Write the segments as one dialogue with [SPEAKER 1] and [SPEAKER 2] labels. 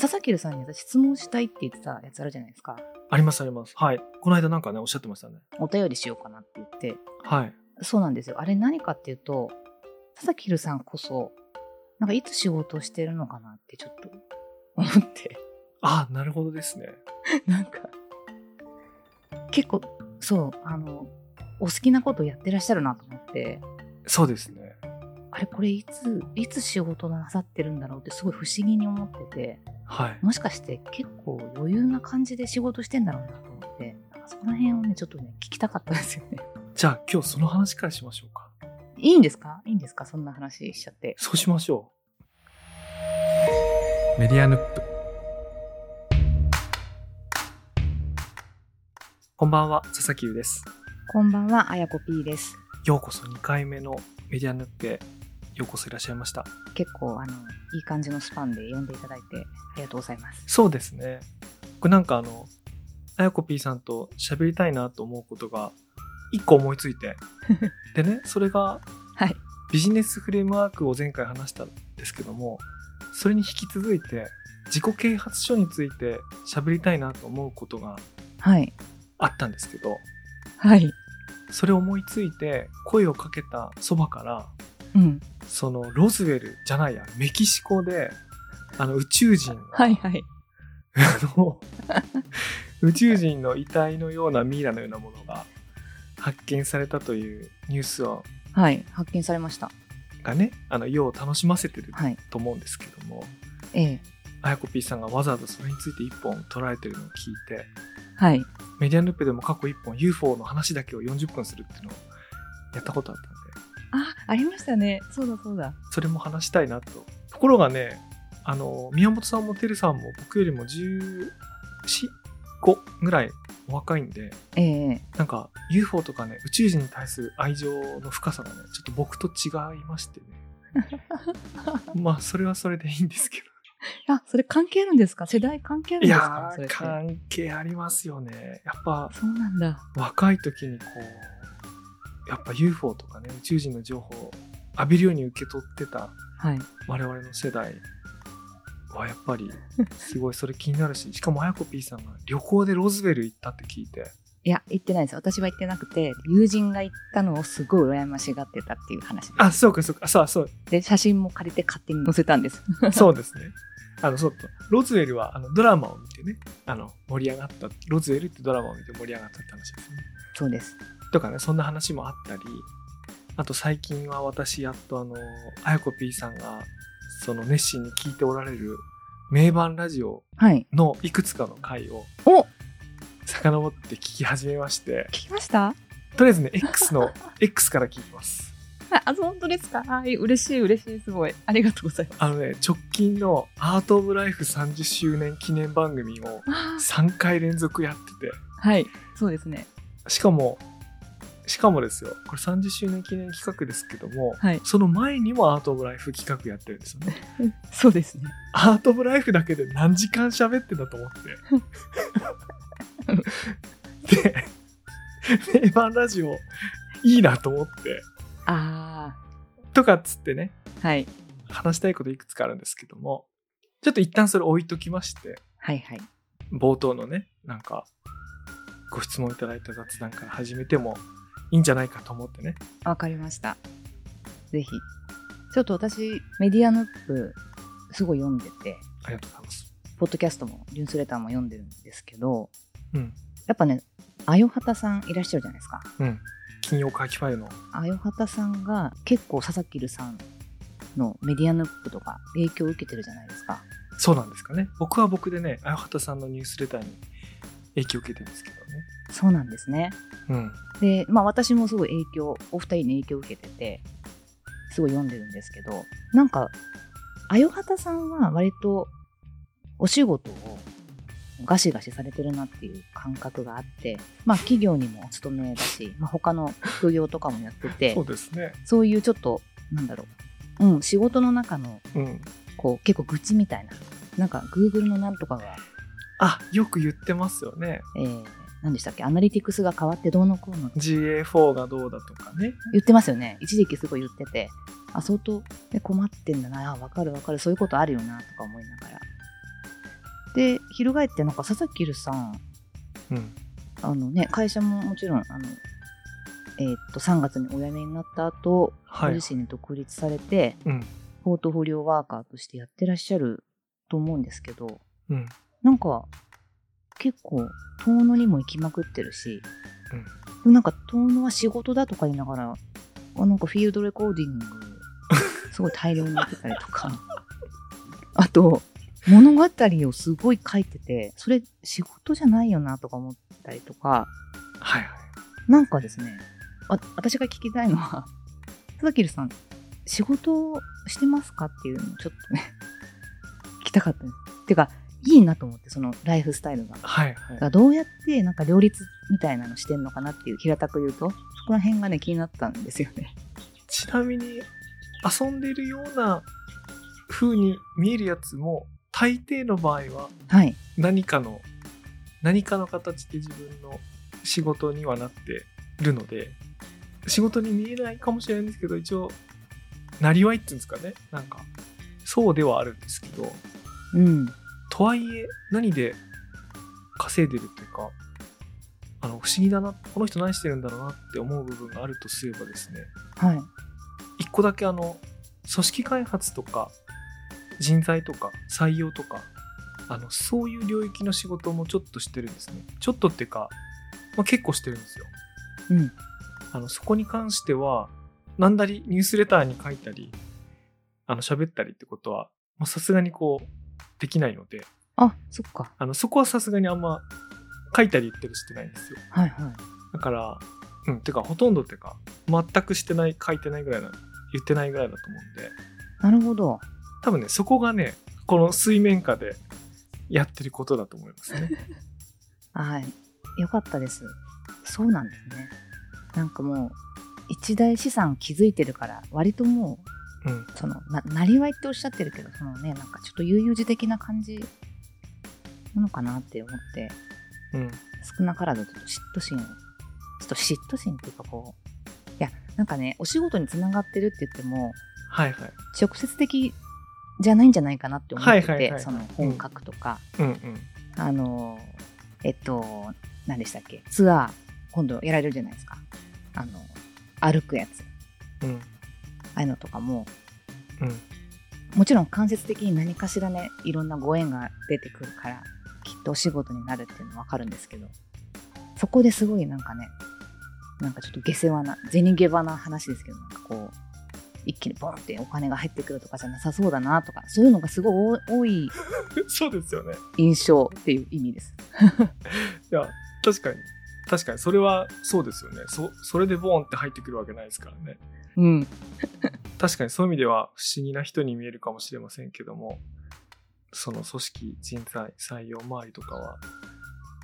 [SPEAKER 1] 佐々木さんに私質問したいって言ってたやつあるじゃないですか。
[SPEAKER 2] ありますあります。はい。この間なんかね、おっしゃってましたね。
[SPEAKER 1] お便りしようかなって言って。
[SPEAKER 2] はい。
[SPEAKER 1] そうなんですよ。あれ何かっていうと、佐々木さんこそ、なんかいつ仕事をしてるのかなってちょっと思って。
[SPEAKER 2] あ、なるほどですね。
[SPEAKER 1] なんか結構そうあのお好きなことやってらっしゃるなと思って
[SPEAKER 2] そうですね。
[SPEAKER 1] あれこれいついつ仕事なさってるんだろうってすごい不思議に思ってて
[SPEAKER 2] はい。
[SPEAKER 1] もしかして結構余裕な感じで仕事してんだろうなと思ってなんかそこら辺をねちょっとね聞きたかったんですよね
[SPEAKER 2] じゃあ今日その話からしましょうか。
[SPEAKER 1] いいんですかいいんですかそんな話しちゃって
[SPEAKER 2] そうしましょう。メディアヌップ。こんばんは、佐々木優です。
[SPEAKER 1] こんばんはあやこ P です
[SPEAKER 2] ようこそ2回目のメディアヌップへようこそいらっしゃいました。
[SPEAKER 1] 結構あのいい感じのスパンで呼んでいただいてありがとうございます
[SPEAKER 2] そうですね。僕なんかあの、あやこ P さんと喋りたいなと思うことが一個思いつ いて。でね、それが
[SPEAKER 1] はい
[SPEAKER 2] ビジネスフレームワークを前回話したんですけども、それに引き続いて自己啓発書について喋りたいなと思うことが
[SPEAKER 1] はい
[SPEAKER 2] あったんですけど、
[SPEAKER 1] はい
[SPEAKER 2] それを思いついて声をかけたそばから、
[SPEAKER 1] うん
[SPEAKER 2] そのロズウェルじゃないや、メキシコで、あの宇宙人が
[SPEAKER 1] はいはい
[SPEAKER 2] あの宇宙人の遺体のようなミイラのようなものが発見されたというニュースを
[SPEAKER 1] はい発見されました
[SPEAKER 2] がねあの世を楽しませてる
[SPEAKER 1] はい
[SPEAKER 2] と思うんですけども、
[SPEAKER 1] ええ
[SPEAKER 2] あやこ P さんがわざわざそれについて1本取られてるのを聞いて
[SPEAKER 1] はい
[SPEAKER 2] メディアヌッペでも過去1本 UFO の話だけを40分するっていうのをやったことあったんで
[SPEAKER 1] あ、ありましたね。そうだそうだ。
[SPEAKER 2] それも話したいなとところがねあの宮本さんもてるさんも僕よりも1415ぐらいお若いんで
[SPEAKER 1] ええ
[SPEAKER 2] なんか UFO とかね宇宙人に対する愛情の深さがねちょっと僕と違い ましてねまあそれはそれでいいんですけ
[SPEAKER 1] あ、それ関係あるんですか世代関係あ
[SPEAKER 2] ど
[SPEAKER 1] る
[SPEAKER 2] い
[SPEAKER 1] んですか
[SPEAKER 2] や
[SPEAKER 1] それ
[SPEAKER 2] ー
[SPEAKER 1] って
[SPEAKER 2] 関係ありますよねやっぱ
[SPEAKER 1] そうなんだ。
[SPEAKER 2] 若い時にこうやっぱ UFO とかね宇宙人の情報を浴びるように受け取ってた
[SPEAKER 1] はい。
[SPEAKER 2] 我々の世代はやっぱりすごいそれ気になるししかもあやこ P さんが旅行でロズベル行ったって聞いて
[SPEAKER 1] いや、行ってないです。私は行ってなくて、友人が行ったのをすごい羨ましがってたっていう話で
[SPEAKER 2] あそうかそうかそうそう
[SPEAKER 1] す。で、写真も借りて勝手に載せたんです。
[SPEAKER 2] そうですね。あの、そうロズウェルはあのドラマを見てね、あの、盛り上がった、ロズウェルってドラマを見て盛り上がったって話ですね。
[SPEAKER 1] そうです。
[SPEAKER 2] とかね、そんな話もあったり、あと最近は私、やっとあの、あやこ P さんが、その熱心に聞いておられる名盤ラジオ
[SPEAKER 1] はい。
[SPEAKER 2] のいくつかの回を、
[SPEAKER 1] お
[SPEAKER 2] 遡って聞き始めまして
[SPEAKER 1] 聞、きました
[SPEAKER 2] とりあえずね、X の、X から聞きます。
[SPEAKER 1] あ、本当ですかはい。嬉しい、嬉しい。すごい。ありがとうございます。
[SPEAKER 2] あのね、直近のアート・オブ・ライフ30周年記念番組を
[SPEAKER 1] あ
[SPEAKER 2] 3回連続やってて、
[SPEAKER 1] ーはい。そうですね。
[SPEAKER 2] しかも、しかもですよ、これ30周年記念企画ですけども、
[SPEAKER 1] はい
[SPEAKER 2] その前にもアート・オブ・ライフ企画やってるんですよね。
[SPEAKER 1] そうですね。
[SPEAKER 2] アート・オブ・ライフだけで何時間喋ってんだと思って。で、名盤ラジオいいなと思って、
[SPEAKER 1] あ
[SPEAKER 2] とかっつってね、
[SPEAKER 1] あ。はい。
[SPEAKER 2] 話したいこといくつかあるんですけども、ちょっと一旦それ置いときまして、
[SPEAKER 1] はいはい。
[SPEAKER 2] 冒頭のね、なんか、ご質問いただいた雑談から始めてもいいんじゃないかと思ってね。
[SPEAKER 1] わかりました。ぜひ。ちょっと私、メディアヌップ、すごい読んでて、
[SPEAKER 2] ありがとうございます。
[SPEAKER 1] ポッドキャストも、ニュースレターも読んでるんですけど、
[SPEAKER 2] うん。
[SPEAKER 1] やっぱね、あよはたさんいらっしゃるじゃないですか。
[SPEAKER 2] うん。金曜会議ファイルの。
[SPEAKER 1] あよはたさんが結構、佐々木留さんのメディアヌップとか影響を受けてるじゃないですか。
[SPEAKER 2] そうなんですかね。僕は僕でね、あやはたさんのニュースレターに影響を受けてるんですけ
[SPEAKER 1] そうなんですね。
[SPEAKER 2] どね。
[SPEAKER 1] で、まあ私もすごい影響、お二人に影響を受けてて、すごい読んでるんですけど、なんか、あよはたさんは割とお仕事をガシガシされてるなっていう感覚があって、まあ企業にもお勤めだし、まあ他の副業とかもやって
[SPEAKER 2] う
[SPEAKER 1] て
[SPEAKER 2] ん。そ、うですね。
[SPEAKER 1] そういうちょっと、なんだろう、うん、仕事の中の
[SPEAKER 2] うん。
[SPEAKER 1] こう結構愚痴みたいな、なんか Google のなんとかが、
[SPEAKER 2] あ、よく言ってますよね。
[SPEAKER 1] えー、何でしたっけ、アナリティクスが変わってどうのこうの
[SPEAKER 2] GA4 がどうだとかね。
[SPEAKER 1] 言ってますよね一時期すごい言っててあ相当、ね、困ってんだなあわかるわかるそういうことあるよなとか思いながらで翻ってなんか佐々木るさん
[SPEAKER 2] うん
[SPEAKER 1] あの、ね、会社ももちろんあの、えーっと3月にお辞めになった後ご
[SPEAKER 2] はい
[SPEAKER 1] 自身で独立されて
[SPEAKER 2] うん
[SPEAKER 1] ポートフォリオワーカーとしてやってらっしゃると思うんですけど
[SPEAKER 2] うん
[SPEAKER 1] なんか結構遠野にも行きまくってるし、
[SPEAKER 2] うん
[SPEAKER 1] でもなんか遠野は仕事だとか言いながらあなんかフィールドレコーディングすごい大量にやってたりと かあと物語をすごい書いててそれ仕事じゃないよなとか思ったりとか
[SPEAKER 2] はいはい
[SPEAKER 1] なんかですねあ私が聞きたいのは 「佐キルさん仕事をしてますか?」っていうのをちょっとね 聞きたかったんです。てかいいなと思ってそのライフスタイルが。
[SPEAKER 2] はい
[SPEAKER 1] だか
[SPEAKER 2] は
[SPEAKER 1] らどうやってなんか両立みたいなのしてんのかなっていう平たく言うとそこら辺がね気になったんですよね。
[SPEAKER 2] いちなみに遊んでるような風に見えるやつも大抵の場合は
[SPEAKER 1] はい、
[SPEAKER 2] 何かの何かの形で自分の仕事にはなってるので仕事に見えないかもしれないんですけど一応なりわいっていうんですかねなんかそうではあるんですけど
[SPEAKER 1] うん、
[SPEAKER 2] とはいえ何で稼いでるっていうかあの不思議だなこの人何してるんだろうなって思う部分があるとすればですね
[SPEAKER 1] はい、
[SPEAKER 2] 一個だけあの組織開発とか人材とか採用とかあのそういう領域の仕事もちょっとしてるんですねちょっとっていうか、まあ、結構してるんですよ
[SPEAKER 1] うん、
[SPEAKER 2] あのそこに関してはなんだりニュースレターに書いたりあの喋ったりってことはまあさすがにこうできないので
[SPEAKER 1] あそっか
[SPEAKER 2] あのそこはさすがにあんま書いたり言ったりしてないんですよ
[SPEAKER 1] はいはい
[SPEAKER 2] だから、うん、てかほとんどてか全くしてない書いてないぐらいな言ってないぐらいだと思うんで
[SPEAKER 1] なるほど
[SPEAKER 2] 多分ねそこがねこの水面下でやってることだと思いますね
[SPEAKER 1] はいよかったですそうなんですねなんかもう一大資産築いてるから割とも
[SPEAKER 2] うん
[SPEAKER 1] うそのななりわいっておっしゃってるけどそのねなんかちょっと悠々自適な感じなのかなって思って
[SPEAKER 2] うん
[SPEAKER 1] 少なからずちょっと嫉妬心をちょっと嫉妬心っていうかこういやなんかねお仕事につながってるって言っても
[SPEAKER 2] はいはい
[SPEAKER 1] 直接的じゃないんじゃないかなって思って
[SPEAKER 2] はいはいはいは
[SPEAKER 1] て
[SPEAKER 2] い
[SPEAKER 1] その本格とか、
[SPEAKER 2] うんうん
[SPEAKER 1] あのえっと何でしたっけツアー今度やられるじゃないですかあの歩くやつ
[SPEAKER 2] うん
[SPEAKER 1] ああいうのとかも
[SPEAKER 2] うん
[SPEAKER 1] もちろん間接的に何かしらねいろんなご縁が出てくるからきっとお仕事になるっていうのは分かるんですけどそこですごいなんかねなんかちょっと下世話な銭下場な話ですけどなんかこう一気にボンってお金が入ってくるとかじゃなさそうだなとかそういうのがすごい多い
[SPEAKER 2] そうですよね
[SPEAKER 1] 印象っていう意味です。
[SPEAKER 2] いや確かに確かにそれはそうですよねそそれでボーンって入ってくるわけないですからね
[SPEAKER 1] うん、
[SPEAKER 2] 確かにそういう意味では不思議な人に見えるかもしれませんけどもその組織人材採用周りとかは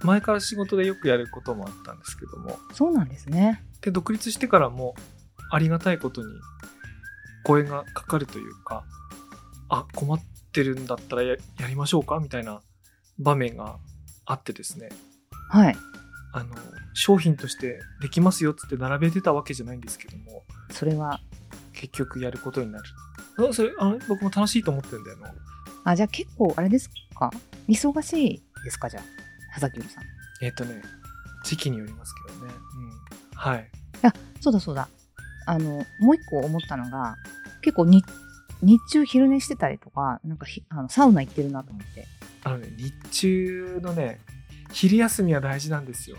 [SPEAKER 2] 前から仕事でよくやることもあったんですけども
[SPEAKER 1] そうなんですね。
[SPEAKER 2] で独立してからもありがたいことに声がかかるというかあ困ってるんだったらややりましょうかみたいな場面があってですね
[SPEAKER 1] はい。
[SPEAKER 2] あの商品としてできますよっつって並べてたわけじゃないんですけども
[SPEAKER 1] それは、
[SPEAKER 2] 結局やることになるあそれあの僕も楽しいと思ってるんだよな
[SPEAKER 1] あ、じゃあ結構あれですか忙しいですかじゃあ、佐々木由里さん。
[SPEAKER 2] えっ、とね時期によりますけどね、うん、はい
[SPEAKER 1] そうだそうだ。あの、もう一個思ったのが、結構に日中昼寝してたりとか、なんかひあのサウナ行ってるなと思って。
[SPEAKER 2] あのね日中のね昼休みは大事なんですよ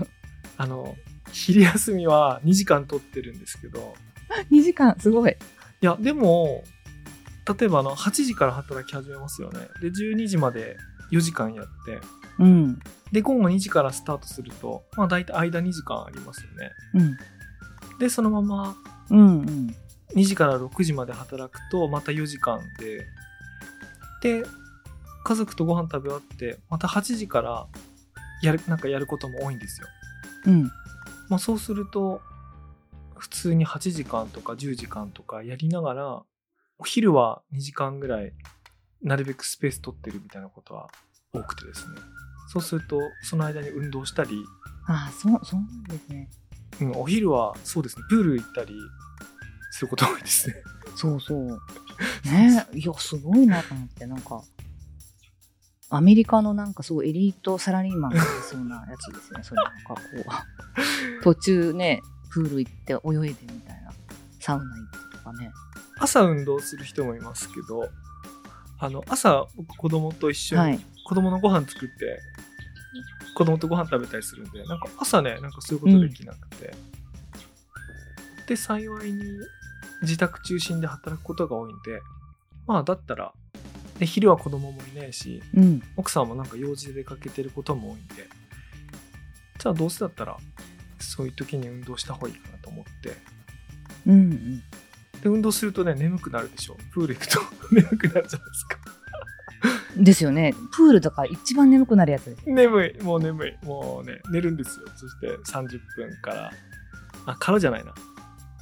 [SPEAKER 2] あの昼休みは2時間取ってるんですけど
[SPEAKER 1] 2時間、すごい。
[SPEAKER 2] いやでも例えばあの8時から働き始めますよねで12時まで4時間やって
[SPEAKER 1] うん。
[SPEAKER 2] で午後2時からスタートするとまあ大体間2時間ありますよね
[SPEAKER 1] うん。
[SPEAKER 2] でそのまま
[SPEAKER 1] うんうん。
[SPEAKER 2] 2時から6時まで働くとまた4時間でで家族とご飯食べ終わってまた8時からやるなんかやることも多いんですよ
[SPEAKER 1] うん。
[SPEAKER 2] まあ、そうすると普通に8時間とか10時間とかやりながらお昼は2時間ぐらいなるべくスペース取ってるみたいなことは多くてですねそうするとその間に運動したり、
[SPEAKER 1] ああ、そう、そうなんですね。
[SPEAKER 2] うん、お昼はそうですねプール行ったりすることが多いですね
[SPEAKER 1] そうそう。ねいや、すごいなと思って、なんか、アメリカのなんかすごいエリートサラリーマンがいそうなやつですね。それなんかこ う、途中ね、プール行って泳いでみたいな、サウナ行ってとかね。
[SPEAKER 2] 朝運動する人もいますけどあの朝僕子供と一緒に、
[SPEAKER 1] はい。
[SPEAKER 2] 子供のご飯作って子供とご飯食べたりするんでなんか朝ねなんかそういうことできなくて、で幸いに自宅中心で働くことが多いんでまあだったらで昼は子供もいないし
[SPEAKER 1] うん。
[SPEAKER 2] 奥さんもなんか用事で出かけてることも多いんでじゃあどうせだったらそういう時に運動した方がいいかなと思って
[SPEAKER 1] うんうん。
[SPEAKER 2] で運動するとね眠くなるでしょプール行くと 眠くなるじゃないですか
[SPEAKER 1] ですよね。プールとか一番眠くなるやつですよ。
[SPEAKER 2] 眠いもう眠いもうね寝るんですよそして30分からあからじゃないな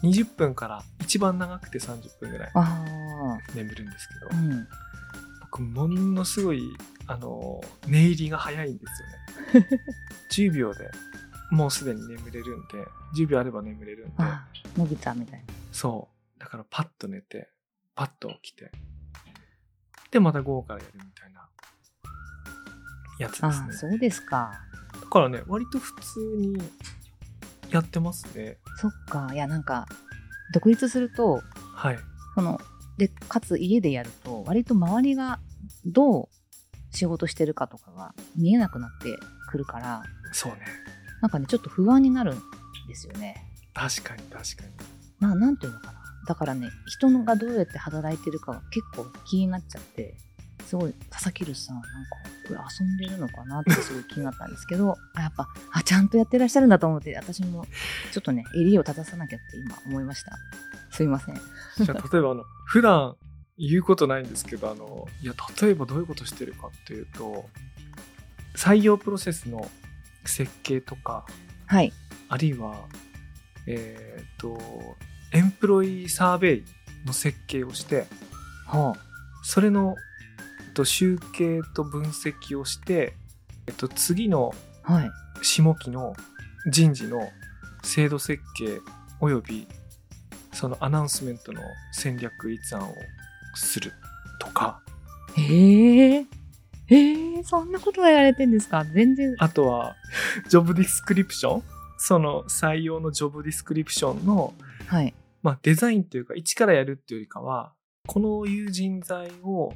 [SPEAKER 2] 20分から一番長くて30分ぐらい
[SPEAKER 1] あ
[SPEAKER 2] 眠るんですけ
[SPEAKER 1] あ。う
[SPEAKER 2] ど
[SPEAKER 1] ん。
[SPEAKER 2] 僕ものすごいあの寝入りが早い んですよね10秒でもうすでに眠れるんで10秒あれば眠れるんで
[SPEAKER 1] ああ、伸びたみたい
[SPEAKER 2] そうだからパッと寝てパッと起きてでまた午後からやるみたいなやつ
[SPEAKER 1] な。
[SPEAKER 2] で
[SPEAKER 1] あ
[SPEAKER 2] すね
[SPEAKER 1] あ、そうですか。
[SPEAKER 2] だからね、割と普通にやってますね。
[SPEAKER 1] そっか。いや、なんか、独立すると、
[SPEAKER 2] はい。
[SPEAKER 1] そのでかつ家でやると割と周りがどう仕事してるかとかが見えなくなってくるから
[SPEAKER 2] そうね。
[SPEAKER 1] なんかねちょっと不安になるんですよね。
[SPEAKER 2] 確かに確かに。
[SPEAKER 1] ななんていうのかなだからね人がどうやって働いてるかが結構気になっちゃってすごい佐々木留さんなんかこれ遊んでるのかなってすごい気になったんですけどあやっぱあちゃんとやってらっしゃるんだと思って私もちょっとね襟を正さなきゃって今思いました。すいません。
[SPEAKER 2] じゃあ例えばあの、普段言うことないんですけど、あの、いや、例えばどういうことしてるかっていうと、採用プロセスの設計とか、
[SPEAKER 1] はい。
[SPEAKER 2] あるいは、えっ、と、エンプロイサーベイの設計をして、
[SPEAKER 1] ほ
[SPEAKER 2] それの、えっと集計と分析をして、えっと、次の
[SPEAKER 1] う。はい。
[SPEAKER 2] 下期の人事の制度設計およびそのアナウンスメントの戦略立案をするとか
[SPEAKER 1] へえ。へえ、そんなことやられてんですか全然。
[SPEAKER 2] あとは ジョブディスクリプションその採用のジョブディスクリプションの、
[SPEAKER 1] はい。
[SPEAKER 2] まあ、デザインというか一からやるっていうよりかはこのいう人材を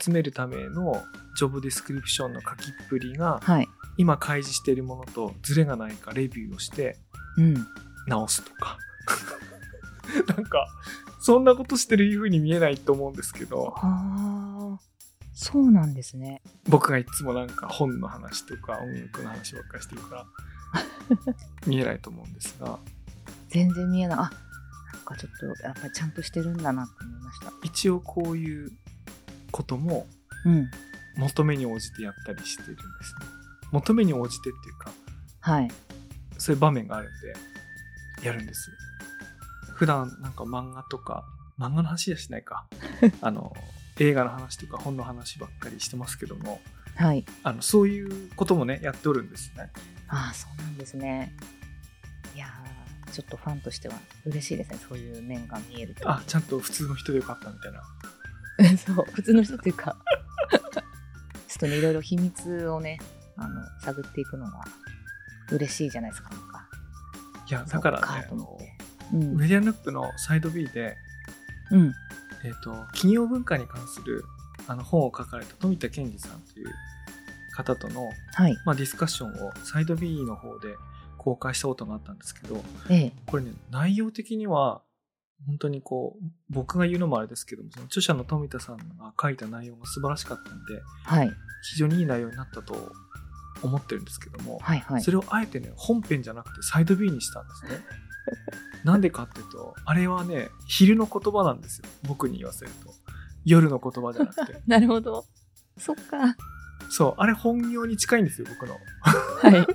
[SPEAKER 2] 集めるためのジョブディスクリプションの書きっぷりが
[SPEAKER 1] はい。
[SPEAKER 2] 今開示しているものとズレがないかレビューをして
[SPEAKER 1] うん。
[SPEAKER 2] 直すとか なんかそんなことしてる風に見えないと思うんですけど
[SPEAKER 1] ああ、そうなんですね。
[SPEAKER 2] 僕がいつもなんか本の話とか音楽の話ばっかりしてるから見えないと思うんですが
[SPEAKER 1] 全然見えない。あなんかちょっと、やっぱりちゃんとしてるんだなって思いました。
[SPEAKER 2] 一応こういうことも
[SPEAKER 1] うん。
[SPEAKER 2] 求めに応じてやったりしてるんですね求めに応じてっていうか
[SPEAKER 1] はい。
[SPEAKER 2] そういう場面があるんでやるんです普段なんか漫画とか漫画の話はしないかあの映画の話とか本の話ばっかりしてますけども
[SPEAKER 1] はい。
[SPEAKER 2] あのそういうこともねやっておるんですね
[SPEAKER 1] ああ、そうなんですね。いやーちょっとファンとしては嬉しいですね。そういう面が見えると。
[SPEAKER 2] あちゃんと普通の人でよかったみたい な
[SPEAKER 1] そう、普通の人っていうか、 ちょっとね、いろいろ秘密をね、あの、探っていくのが嬉しいじゃないですか、なんか。
[SPEAKER 2] いやだから
[SPEAKER 1] そう
[SPEAKER 2] ね
[SPEAKER 1] と思って。
[SPEAKER 2] あの
[SPEAKER 1] うん
[SPEAKER 2] メディアヌップのサイド B で、
[SPEAKER 1] うん。
[SPEAKER 2] えー、と企業文化に関するあの本を書かれた富田健二さんという方との、
[SPEAKER 1] はい。
[SPEAKER 2] まあ、ディスカッションをサイド B の方で公開したことがあったんですけど
[SPEAKER 1] ええ。
[SPEAKER 2] これね内容的には本当にこう僕が言うのもあれですけどもその著者の富田さんが書いた内容が素晴らしかったんで
[SPEAKER 1] はい。
[SPEAKER 2] 非常にいい内容になったと思ってるんですけども、
[SPEAKER 1] はいはい
[SPEAKER 2] そ。れをあえてね本編じゃなくてサイド B にしたんですね なんでかっていうとあれはね昼の言葉なんですよ僕に言わせると夜の言葉じゃな くて
[SPEAKER 1] なるほど。そっか。
[SPEAKER 2] そうあれ本業に近いんですよ僕の
[SPEAKER 1] はい。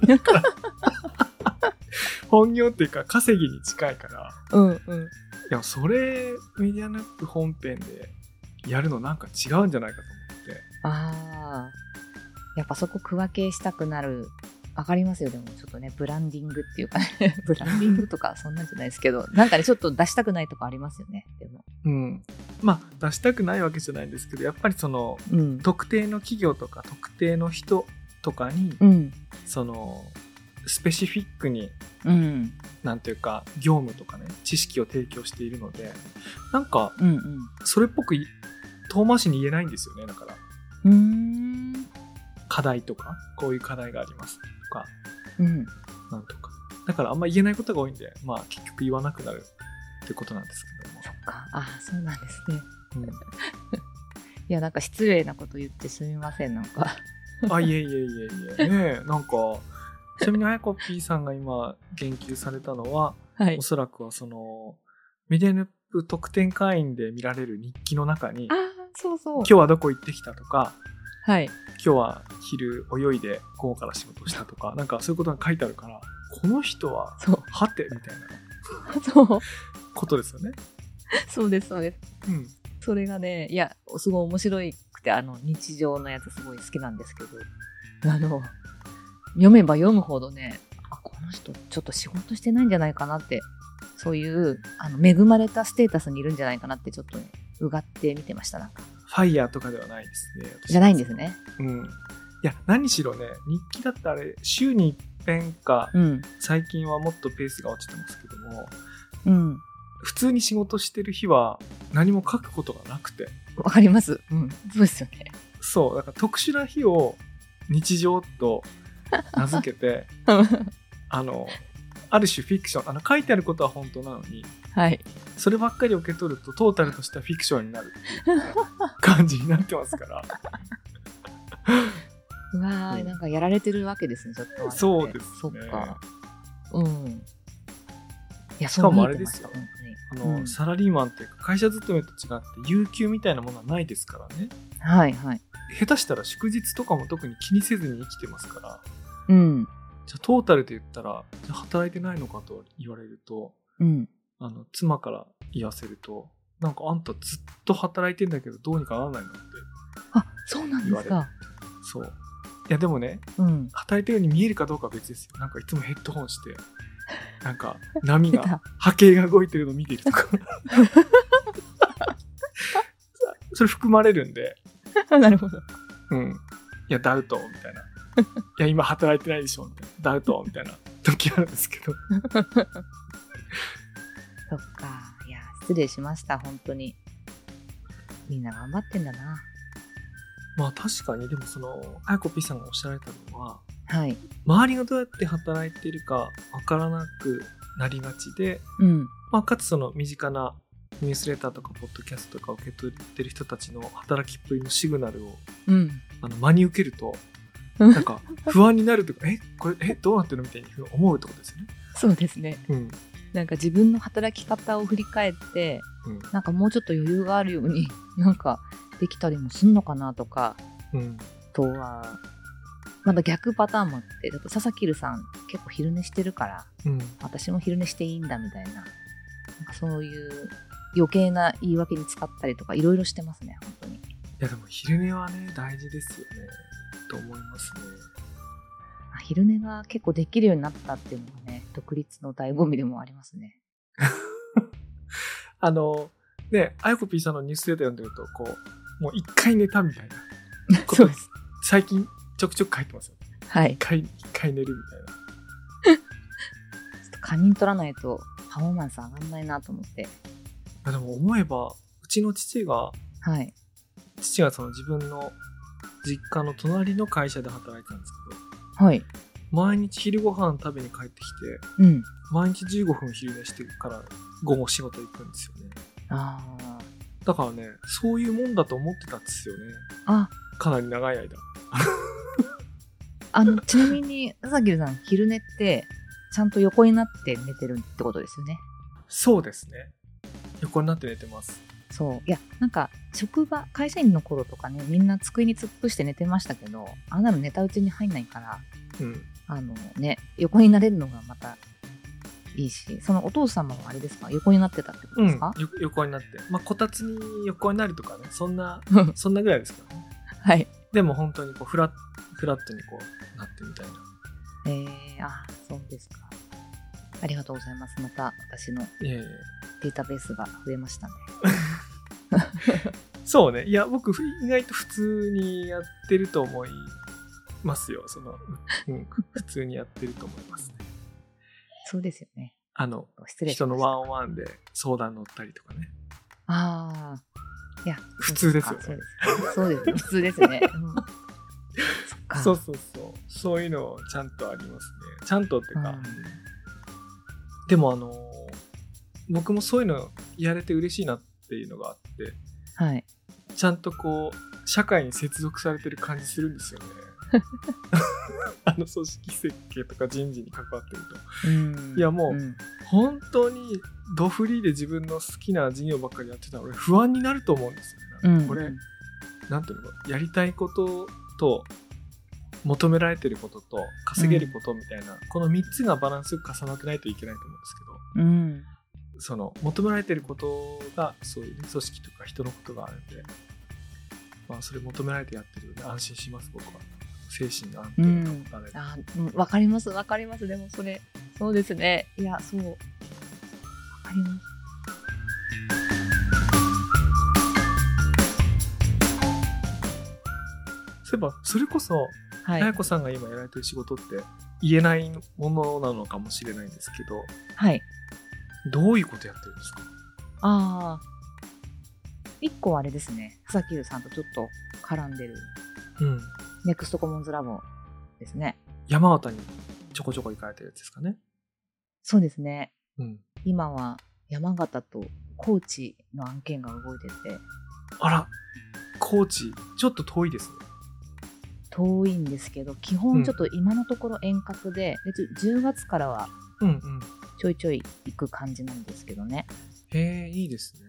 [SPEAKER 2] 本業っていうか稼ぎに近いから
[SPEAKER 1] うんうん。
[SPEAKER 2] でもそれメディアナップ本編でやるのなんか違うんじゃないかと思って
[SPEAKER 1] ああ。やっぱそこ区分けしたくなる。わかりますよ。でもちょっとね、ブランディングっていうかね、 ブランディングとかそんなんじゃないですけど、なんかね、ちょっと出したくないとこありますよね。でも。
[SPEAKER 2] うんまあ出したくないわけじゃないんですけどやっぱりその
[SPEAKER 1] うん
[SPEAKER 2] 特定の企業とか特定の人とかに、
[SPEAKER 1] うん
[SPEAKER 2] そのスペシフィックに
[SPEAKER 1] うん
[SPEAKER 2] なんていうか業務とかね知識を提供しているのでなんか
[SPEAKER 1] うんうん
[SPEAKER 2] それっぽくい遠回しに言えないんですよねだから
[SPEAKER 1] うーん
[SPEAKER 2] 課題とかこういう課題がありますとか
[SPEAKER 1] うん
[SPEAKER 2] なんとかだからあんま言えないことが多いんでまあ結局言わなくなるってことなんです
[SPEAKER 1] そっかあーそうなんですね
[SPEAKER 2] けども、
[SPEAKER 1] いやなんか失礼なこと言ってすみませんなんか
[SPEAKER 2] うん、あいえいえいえいえねえなんかちなみにあやこ P さんが今言及されたのは
[SPEAKER 1] はい
[SPEAKER 2] おそらくはそのミデヌップ特典会員で見られる日記の中に
[SPEAKER 1] あーそうそう
[SPEAKER 2] 今日はどこ行ってきたとか
[SPEAKER 1] はい
[SPEAKER 2] 今日は昼泳いで午後から仕事したとかなんかそういうことが書いてあるからこの人は
[SPEAKER 1] そう
[SPEAKER 2] はてみたいな
[SPEAKER 1] そう
[SPEAKER 2] ことですよね。
[SPEAKER 1] そうですそうです
[SPEAKER 2] うん、
[SPEAKER 1] それがねいやすごい面白くてあの日常のやつすごい好きなんですけどあの読めば読むほどねあこの人ちょっと仕事してないんじゃないかなってそういうあの恵まれたステータスにいるんじゃないかなってちょっとねうがって見てましたなんか
[SPEAKER 2] ファイヤーとかではないですね。私
[SPEAKER 1] じゃないんです。ね
[SPEAKER 2] うん、いや何しろね日記だってあれ週に一遍か
[SPEAKER 1] うん
[SPEAKER 2] 最近はもっとペースが落ちてますけども
[SPEAKER 1] うん
[SPEAKER 2] 普通に仕事してる日は何も書くことがなくて
[SPEAKER 1] わかりますうんそうですよね
[SPEAKER 2] そうだから特殊な日を日常と名付けて あのある種フィクションあの書いてあることは本当なのに
[SPEAKER 1] はい
[SPEAKER 2] そればっかり受け取るとトータルとしたフィクションになる っていう感じになってますから
[SPEAKER 1] うわー、
[SPEAKER 2] うん
[SPEAKER 1] なんかやられてるわけですね、ちょっとあれね。
[SPEAKER 2] そうですね
[SPEAKER 1] そっか。うん。いや、
[SPEAKER 2] しかも
[SPEAKER 1] そう
[SPEAKER 2] あれ
[SPEAKER 1] 見えて
[SPEAKER 2] で
[SPEAKER 1] まし
[SPEAKER 2] す
[SPEAKER 1] た
[SPEAKER 2] よ
[SPEAKER 1] 本
[SPEAKER 2] あ
[SPEAKER 1] 当にう
[SPEAKER 2] の、
[SPEAKER 1] ん
[SPEAKER 2] サラリーマンっていうか会社勤めと違って有給みたいなものはないですからね
[SPEAKER 1] はいはい。
[SPEAKER 2] 下手したら祝日とかも特に気にせずに生きてますから
[SPEAKER 1] うん。
[SPEAKER 2] じゃあトータルで言ったらじゃあ働いてないのかと言われると
[SPEAKER 1] うん。
[SPEAKER 2] あの妻から言わせるとなんかあんたずっと働いてんだけどどうにかならないのって
[SPEAKER 1] あ、そうなんです
[SPEAKER 2] 言わ
[SPEAKER 1] か。
[SPEAKER 2] そういやでもね
[SPEAKER 1] うん。
[SPEAKER 2] 働いてるように見えるかどうかは別ですよなんかいつもヘッドホンしてな んか波
[SPEAKER 1] 出た
[SPEAKER 2] が波形が動いてるのを見 てるとかそれ含まれるんで
[SPEAKER 1] なるほど。
[SPEAKER 2] うんいやダウトみたいないや今働いてないでしょみたいなダウトみたいな時あるんですけど
[SPEAKER 1] そっか。いや、失礼しました、本当に。みんな頑張ってんだな。
[SPEAKER 2] まあ確かにでもそのあやこ P さんがおっしゃられたのは
[SPEAKER 1] はい。
[SPEAKER 2] 周りがどうやって働いているかわからなくなりがちで、
[SPEAKER 1] うん。
[SPEAKER 2] まあ、かつその身近なニュースレターとかポッドキャストとかを受け取ってる人たちの働きっぷりのシグナルを
[SPEAKER 1] うん。
[SPEAKER 2] あの真に受けると
[SPEAKER 1] うん
[SPEAKER 2] なんか不安になるとかえこれえどうなってるのみたいに思うってことですよね。
[SPEAKER 1] そうですね。
[SPEAKER 2] うん
[SPEAKER 1] なんか自分の働き方を振り返って、なんかもうちょっと余裕があるように、 なんかできたりもすんのかなとか、
[SPEAKER 2] うんうん
[SPEAKER 1] あとは、まだ逆パターンもあって、だって佐々木留さん結構昼寝してるから、
[SPEAKER 2] うん
[SPEAKER 1] 私も昼寝していいんだみたいな、なんかそういう余計な言い訳に使ったりとか、いろいろしてますね、本当に。
[SPEAKER 2] いやでも昼寝はね大事ですよねと思いますね。
[SPEAKER 1] あ昼寝が結構できるようになったっていうのがね、独立の醍醐味でもありますね。
[SPEAKER 2] あのねあやこ P さんのニュースレター読んでるとこうもう一回寝た みたいな
[SPEAKER 1] そうです。
[SPEAKER 2] 最近ちょくちょく書いてますよ。
[SPEAKER 1] はい
[SPEAKER 2] 一。回一回寝るみたい
[SPEAKER 1] ちょっ
[SPEAKER 2] な。
[SPEAKER 1] と仮眠取らないとパフォーマンス上がんないなと思って。
[SPEAKER 2] いやでも思えばうちの父が
[SPEAKER 1] はい。
[SPEAKER 2] 父がその自分の実家の隣の会社で働いてたんですけど
[SPEAKER 1] はい。
[SPEAKER 2] 毎日昼ご飯食べに帰ってきて
[SPEAKER 1] うん。
[SPEAKER 2] 毎日15分昼寝してから午後仕事行くんですよね
[SPEAKER 1] ああ。
[SPEAKER 2] だからねそういうもんだと思ってたんですよね
[SPEAKER 1] あ、
[SPEAKER 2] かなり長い間
[SPEAKER 1] あの、ちなみに、佐々木留さん、昼寝って、ちゃんと横になって寝てるってことですよね。
[SPEAKER 2] そうですね横になって寝てます
[SPEAKER 1] そういやなんか職場会社員の頃とかねみんな机に突っ伏して寝てましたけどあんなの寝たうちに入んないから
[SPEAKER 2] うん
[SPEAKER 1] あのね横になれるのがまたいいしそのお父様はあれですか横になってたってこと
[SPEAKER 2] う
[SPEAKER 1] で
[SPEAKER 2] ん
[SPEAKER 1] すか、
[SPEAKER 2] よ横になってまあこたつに横になるとかねそ んなそんなぐらいですからね
[SPEAKER 1] はい
[SPEAKER 2] でも本当にこうフラッフラットにこうなってみたいな
[SPEAKER 1] えー、あそうですかありがとうございますまた私の
[SPEAKER 2] いやいや
[SPEAKER 1] データベースが増えましたね
[SPEAKER 2] そうねいや僕ふ意外と普通にやってると思いますよその、うん、普通にやってると思いますね
[SPEAKER 1] そうですよね。
[SPEAKER 2] あの
[SPEAKER 1] 失礼し
[SPEAKER 2] 人
[SPEAKER 1] ま
[SPEAKER 2] の
[SPEAKER 1] した。
[SPEAKER 2] ワンオンワンで相談乗ったりとかね
[SPEAKER 1] ああ。いや、
[SPEAKER 2] 普通ですよね
[SPEAKER 1] そうです。そうです。普通ですね。うん、そっか。
[SPEAKER 2] そうそうそうそういうのちゃんとありますねちゃんとっていうか、
[SPEAKER 1] うん
[SPEAKER 2] でもあの僕もそういうのやれて嬉しいなっていうのがあって
[SPEAKER 1] はい。
[SPEAKER 2] ちゃんとこう社会に接続されてる感じする んですよねあの組織設計とか人事に関わってると
[SPEAKER 1] うん、
[SPEAKER 2] いやもうん本当にドフリーで自分の好きな事業ばっかりやってたら俺不安になると思うんです
[SPEAKER 1] う
[SPEAKER 2] よ、ね
[SPEAKER 1] ん、
[SPEAKER 2] これなんていうのかやりたいことと求められてることと稼げることみたいな、この3つがバランスよく重なってないといけないと思うんですけど
[SPEAKER 1] うん。
[SPEAKER 2] その求められてることがそういう、ね、組織とか人のことがあるんで、まあ、それ求められてやってるので安心します僕は精神の安定が保たれる、
[SPEAKER 1] あうんわかりますわかりますでもそれそうですねいやそうわかります
[SPEAKER 2] そういえばそれこそ
[SPEAKER 1] は
[SPEAKER 2] あ
[SPEAKER 1] い
[SPEAKER 2] やこさんが今やられてる仕事って言えないものなのかもしれないんですけど
[SPEAKER 1] はい
[SPEAKER 2] どういうことやってるんですか
[SPEAKER 1] ああ一個はあれですね佐久さんとちょっと絡んでる
[SPEAKER 2] うん
[SPEAKER 1] ネクストコモンズラボですね
[SPEAKER 2] 山形にちょこちょこ行かれてるやつですかね
[SPEAKER 1] そうですね
[SPEAKER 2] うん
[SPEAKER 1] 今は山形と高知の案件が動いてて
[SPEAKER 2] あら高知ちょっと遠いですね
[SPEAKER 1] 遠いんですけど基本ちょっと今のところ遠隔で、で10月からは
[SPEAKER 2] うんうん
[SPEAKER 1] ちょいちょい行く感じなんですけどね
[SPEAKER 2] へえいいですね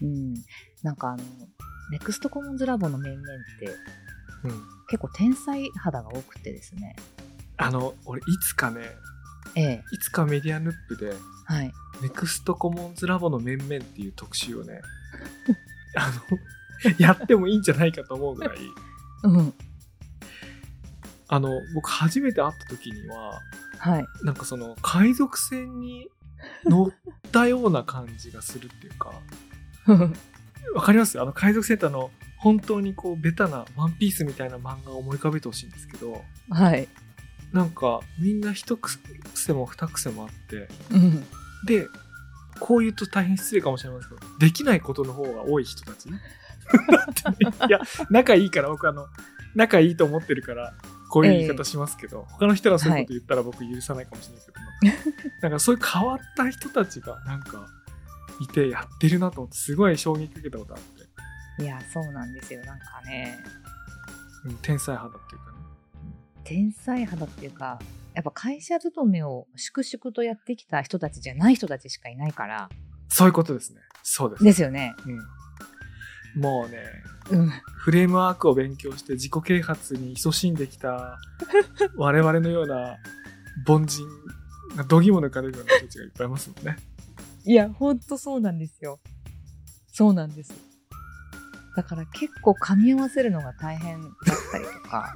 [SPEAKER 1] うん、なんかあの、ネクストコモンズラボの面々って
[SPEAKER 2] うん
[SPEAKER 1] 結構天才肌が多くてですね。
[SPEAKER 2] あの俺いつかね
[SPEAKER 1] ええ、
[SPEAKER 2] いつかメディアヌップで
[SPEAKER 1] はい。
[SPEAKER 2] ネクストコモンズラボの面々っていう特集を ねあのやってもいいんじゃないかと思うぐらい
[SPEAKER 1] うん、
[SPEAKER 2] あの僕初めて会った時には
[SPEAKER 1] はい。
[SPEAKER 2] なんかその海賊船に乗ったような感じがするっていうかわかりますあの海賊船ってあの本当にこうベタな「ワンピースみたいな漫画を思い浮かべてほしいんですけど
[SPEAKER 1] はい。
[SPEAKER 2] なんかみんな一癖も二癖もあって
[SPEAKER 1] うん。
[SPEAKER 2] でこう言うと大変失礼かもしれませんけどできないことの方が多い人た ちだってねいや仲いいから僕あの仲いいと思ってるからこういう言い方しますけど、他の人がそういうこと言ったら僕許さないかもしれないけど、なんかそういう変わった人たちがなんかいてやってるなと思ってすごい衝撃受けたことあって、
[SPEAKER 1] いや、そうなんですよ。なんかね、
[SPEAKER 2] うん天才肌っていうかね
[SPEAKER 1] 天才肌っていうか、やっぱ会社勤めを粛々とやってきた人たちじゃない人たちしかいないから、
[SPEAKER 2] そういうことですねそうです、
[SPEAKER 1] ですよね。
[SPEAKER 2] うん、もうね
[SPEAKER 1] うん。
[SPEAKER 2] フレームワークを勉強して自己啓発に勤しんで きた我々のような凡人が度肝抜かれるような人たちがいっぱいいますもんね。
[SPEAKER 1] いや、ほんとそうなんですよ。そうなんです。だから結構噛み合わせるのが大変だったりとか。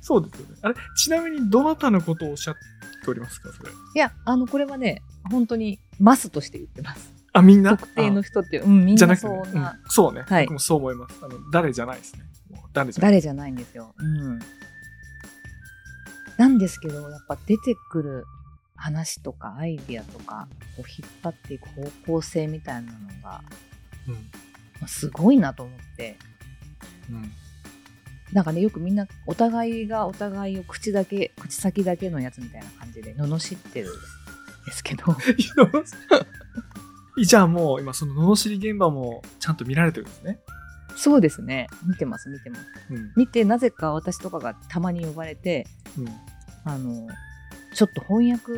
[SPEAKER 2] そうですよね。あれちなみにどなたのことをおっしゃっておりますかそれ。
[SPEAKER 1] いや、あの、これはね、本当にマスとして言ってます。
[SPEAKER 2] あみんな
[SPEAKER 1] 特定の人って、うん、みん
[SPEAKER 2] じゃ
[SPEAKER 1] な
[SPEAKER 2] なくて、
[SPEAKER 1] そ
[SPEAKER 2] ね
[SPEAKER 1] んな、
[SPEAKER 2] うんそうね、
[SPEAKER 1] はい
[SPEAKER 2] 僕もそう思います。あの誰じゃないですね。もう誰じゃない。
[SPEAKER 1] 誰じゃないんですよ。うん。なんですけど、やっぱ出てくる話とかアイディアとかを引っ張っていく方向性みたいなのが、まあすごいなと思って、
[SPEAKER 2] うんうん
[SPEAKER 1] なんかね、よくみんなお互いがお互いを口だけ、口先だけのやつみたいな感じで罵ってるんです けど、
[SPEAKER 2] じゃあもう今その罵り現場もちゃんと見られてるんですね。
[SPEAKER 1] そうですね。見てます、見てます。
[SPEAKER 2] うん
[SPEAKER 1] 見て、なぜか私とかがたまに呼ばれて、
[SPEAKER 2] うん
[SPEAKER 1] あの、ちょっと翻訳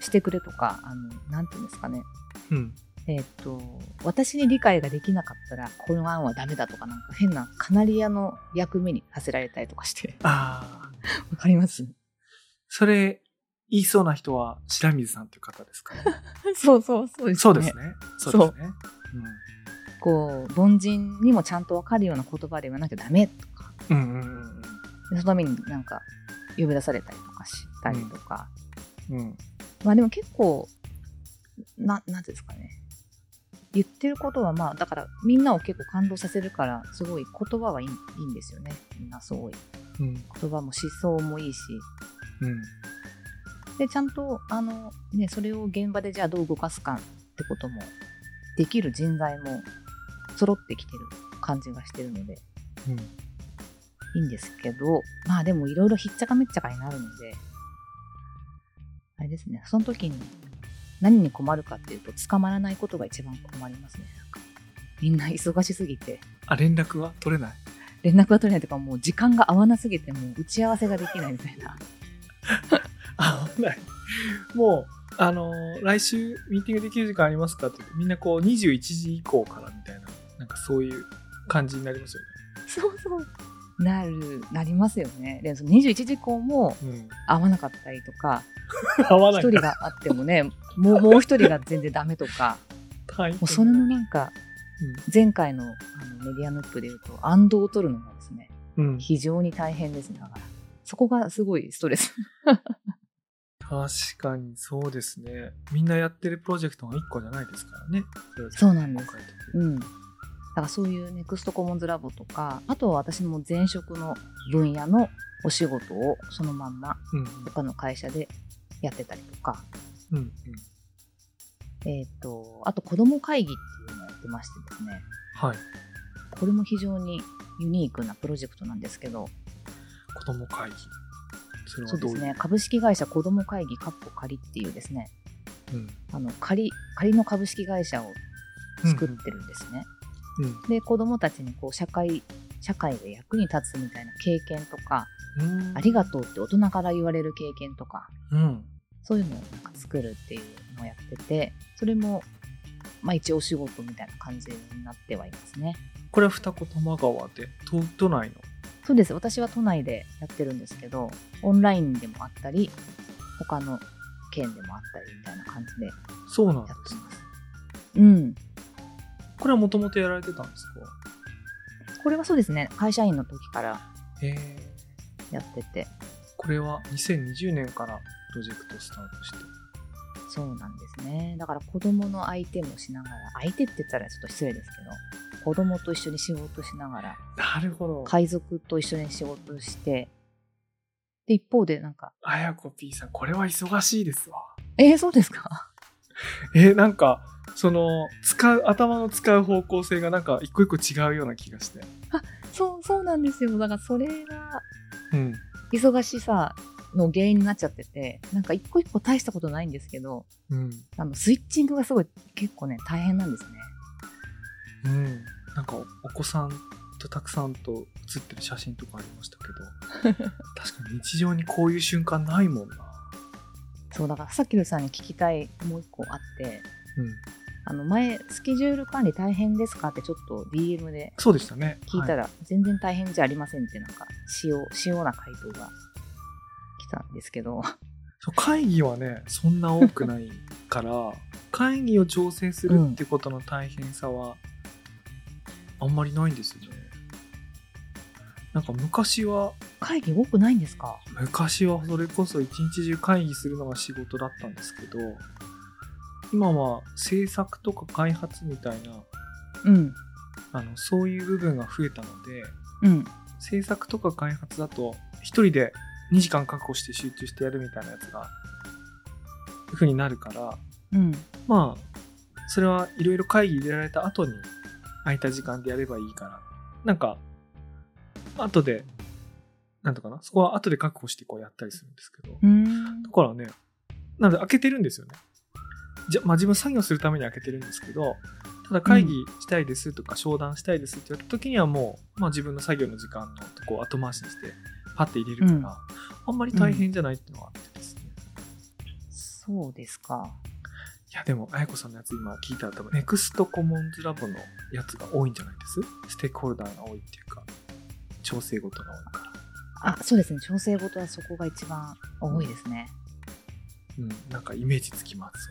[SPEAKER 1] してくれとか、あの、なんていうんですかね。
[SPEAKER 2] うん
[SPEAKER 1] えーっと、私に理解ができなかったら、この案はダメだとか、なんか変なカナリアの役目にさせられたりとかして。
[SPEAKER 2] ああ
[SPEAKER 1] わかります
[SPEAKER 2] それ、言いそうな人は白水さんという方 ですか、ね、
[SPEAKER 1] そうそう、そうです、ね。
[SPEAKER 2] そうです。ね。そうですね。
[SPEAKER 1] こう、凡人にもちゃんとわかるような言葉で言わなきゃダメとか、
[SPEAKER 2] うんうんうんうん
[SPEAKER 1] でそのためになんか呼び出されたりとかしたりとか、
[SPEAKER 2] うんうん。
[SPEAKER 1] まあでも結構、な、なんていうんですかね。言ってることはまあだからみんなを結構感動させるからすごい言葉はいいいいんですよねみんなすごい
[SPEAKER 2] うん
[SPEAKER 1] 言葉も思想もいいし
[SPEAKER 2] うん
[SPEAKER 1] でちゃんとあの、ね、それを現場でじゃあどう動かすかってこともできる人材も揃ってきてる感じがしてるので
[SPEAKER 2] うん
[SPEAKER 1] いいんですけどまあでもいろいろひっちゃかめっちゃかになるのであれですねその時に何に困るかっていうと捕まらないことが一番困りますねなんかみんな忙しすぎて
[SPEAKER 2] あ連絡は取れない
[SPEAKER 1] 連絡が取れないとかもう時間が合わなすぎてもう打ち合わせができないみたいな
[SPEAKER 2] あ危ないもうあのー来週ミーティングできる時間ありますかって言ってみんなこう21時以降からみたいななんかそういう感じになりますよ
[SPEAKER 1] そうそうなるなりますよねでその21時以降も
[SPEAKER 2] ね、
[SPEAKER 1] 合わなかったりとか
[SPEAKER 2] うん、 合わ
[SPEAKER 1] 一
[SPEAKER 2] ない
[SPEAKER 1] 人があってもねもうもう一人が全然ダメとか
[SPEAKER 2] 大
[SPEAKER 1] も
[SPEAKER 2] 変
[SPEAKER 1] うそれのなんか前回のあのメディアノップでいうと安堵を取るのがですね
[SPEAKER 2] うん、うん、
[SPEAKER 1] 非常に大変ですねだからそこがすごいストレス
[SPEAKER 2] 確かにそうですねみんなやってるプロジェクトが1個じゃないですからね
[SPEAKER 1] そうなんです
[SPEAKER 2] 今回って
[SPEAKER 1] うんだからそういうネクストコモンズラボとかあとは私も前職の分野のお仕事をそのまんま
[SPEAKER 2] うん
[SPEAKER 1] 他の会社でやってたりとか、
[SPEAKER 2] うんうん
[SPEAKER 1] えっとあと子ども会議っていうのをやってましてですね
[SPEAKER 2] はい
[SPEAKER 1] これも非常にユニークなプロジェクトなんですけど
[SPEAKER 2] 子供会議それは
[SPEAKER 1] そう
[SPEAKER 2] ど
[SPEAKER 1] で
[SPEAKER 2] ういう
[SPEAKER 1] すね株式会社子ども会議カッコ仮っていうですね
[SPEAKER 2] うん
[SPEAKER 1] あの仮仮の株式会社を作ってるんですね。
[SPEAKER 2] うん
[SPEAKER 1] で子どもたちにこう社会社会で役に立つみたいな経験とか、
[SPEAKER 2] うん
[SPEAKER 1] ありがとうって大人から言われる経験とか
[SPEAKER 2] うん
[SPEAKER 1] そういうのをなんか作るっていうのをやっててそれも、まあ、一応お仕事みたいな感じになってはいますね。
[SPEAKER 2] これは二子玉川で都都内の
[SPEAKER 1] そうです私は都内でやってるんですけどオンラインでもあったり他の県でもあったりみたいな感じでや
[SPEAKER 2] そうなんで
[SPEAKER 1] って
[SPEAKER 2] すね
[SPEAKER 1] ます。うん、
[SPEAKER 2] これはもともとやられてたんですか
[SPEAKER 1] これはそうですね会社員の時から
[SPEAKER 2] へえ
[SPEAKER 1] やってて
[SPEAKER 2] これは2020年からプロジェクトスタートして
[SPEAKER 1] そうなんですね。だから子供の相手もしながら、相手って言ったらちょっと失礼ですけど、子供と一緒に仕事しながら、
[SPEAKER 2] なるほど
[SPEAKER 1] 海賊と一緒に仕事して、で、一方でなんか、
[SPEAKER 2] あやこ P さんこれは忙しいですわ
[SPEAKER 1] えー、そうですか
[SPEAKER 2] えーなんかその使う頭の使う方向性がなんか一個一個違うような気がして
[SPEAKER 1] そう、そうなんですよ。だからそれが、
[SPEAKER 2] うん
[SPEAKER 1] 忙しさの原因になっちゃってて、なんか一個一個大したことないんですけど、
[SPEAKER 2] うん
[SPEAKER 1] あの、スイッチングがすごい結構ね、大変なんですね。
[SPEAKER 2] うんなんかおお子さんとたくさんと写ってる写真とかありました けど確かに日常にこういう瞬間ないもんな
[SPEAKER 1] そう、だからさきるさんに聞きたいもう一個あって、
[SPEAKER 2] うん
[SPEAKER 1] あの前、スケジュール管理大変ですかってちょっと DM で
[SPEAKER 2] そうでしたね
[SPEAKER 1] 聞いた
[SPEAKER 2] は
[SPEAKER 1] ら、全然大変じゃありませんってなんか塩塩な回答が来たんですけど
[SPEAKER 2] そう会議はねそんな多くないから 会議を調整するってことの大変さはあんまりないんですよねなんか昔は
[SPEAKER 1] 会議多くないんですか
[SPEAKER 2] 昔はそれこそ一日中会議するのが仕事だったんですけど今は制作とか開発みたいな
[SPEAKER 1] うん
[SPEAKER 2] あのそういう部分が増えたので
[SPEAKER 1] うん
[SPEAKER 2] 制作とか開発だと1人で2時間確保して集中してやるみたいなやつがふうになるから
[SPEAKER 1] うん
[SPEAKER 2] まあそれはいろいろ会議入れられた後に空いた時間でやればいいからなんか後でなんとかなそこは後で確保してこうやったりするんですけど
[SPEAKER 1] う
[SPEAKER 2] だ
[SPEAKER 1] ん
[SPEAKER 2] からねなので開けてるんですよねじゃまあ自分作業するために開けてるんですけどただ会議したいですとか商談したいですって言った時にはもう、まあ、自分の作業の時間のとこ後回しにしてパッて入れるから、
[SPEAKER 1] うん
[SPEAKER 2] あんまり大変じゃないっていうのはあってですね、
[SPEAKER 1] そうですか
[SPEAKER 2] いやでも、あやこさんのやつ今聞いたら多分、ネクストコモンズラボのやつが多いんじゃないですステークホルダーが多いっていうか、調整事が多いから。
[SPEAKER 1] あそうですね調整事はそこが一番多いですね、
[SPEAKER 2] うん、なんかイメージつきます、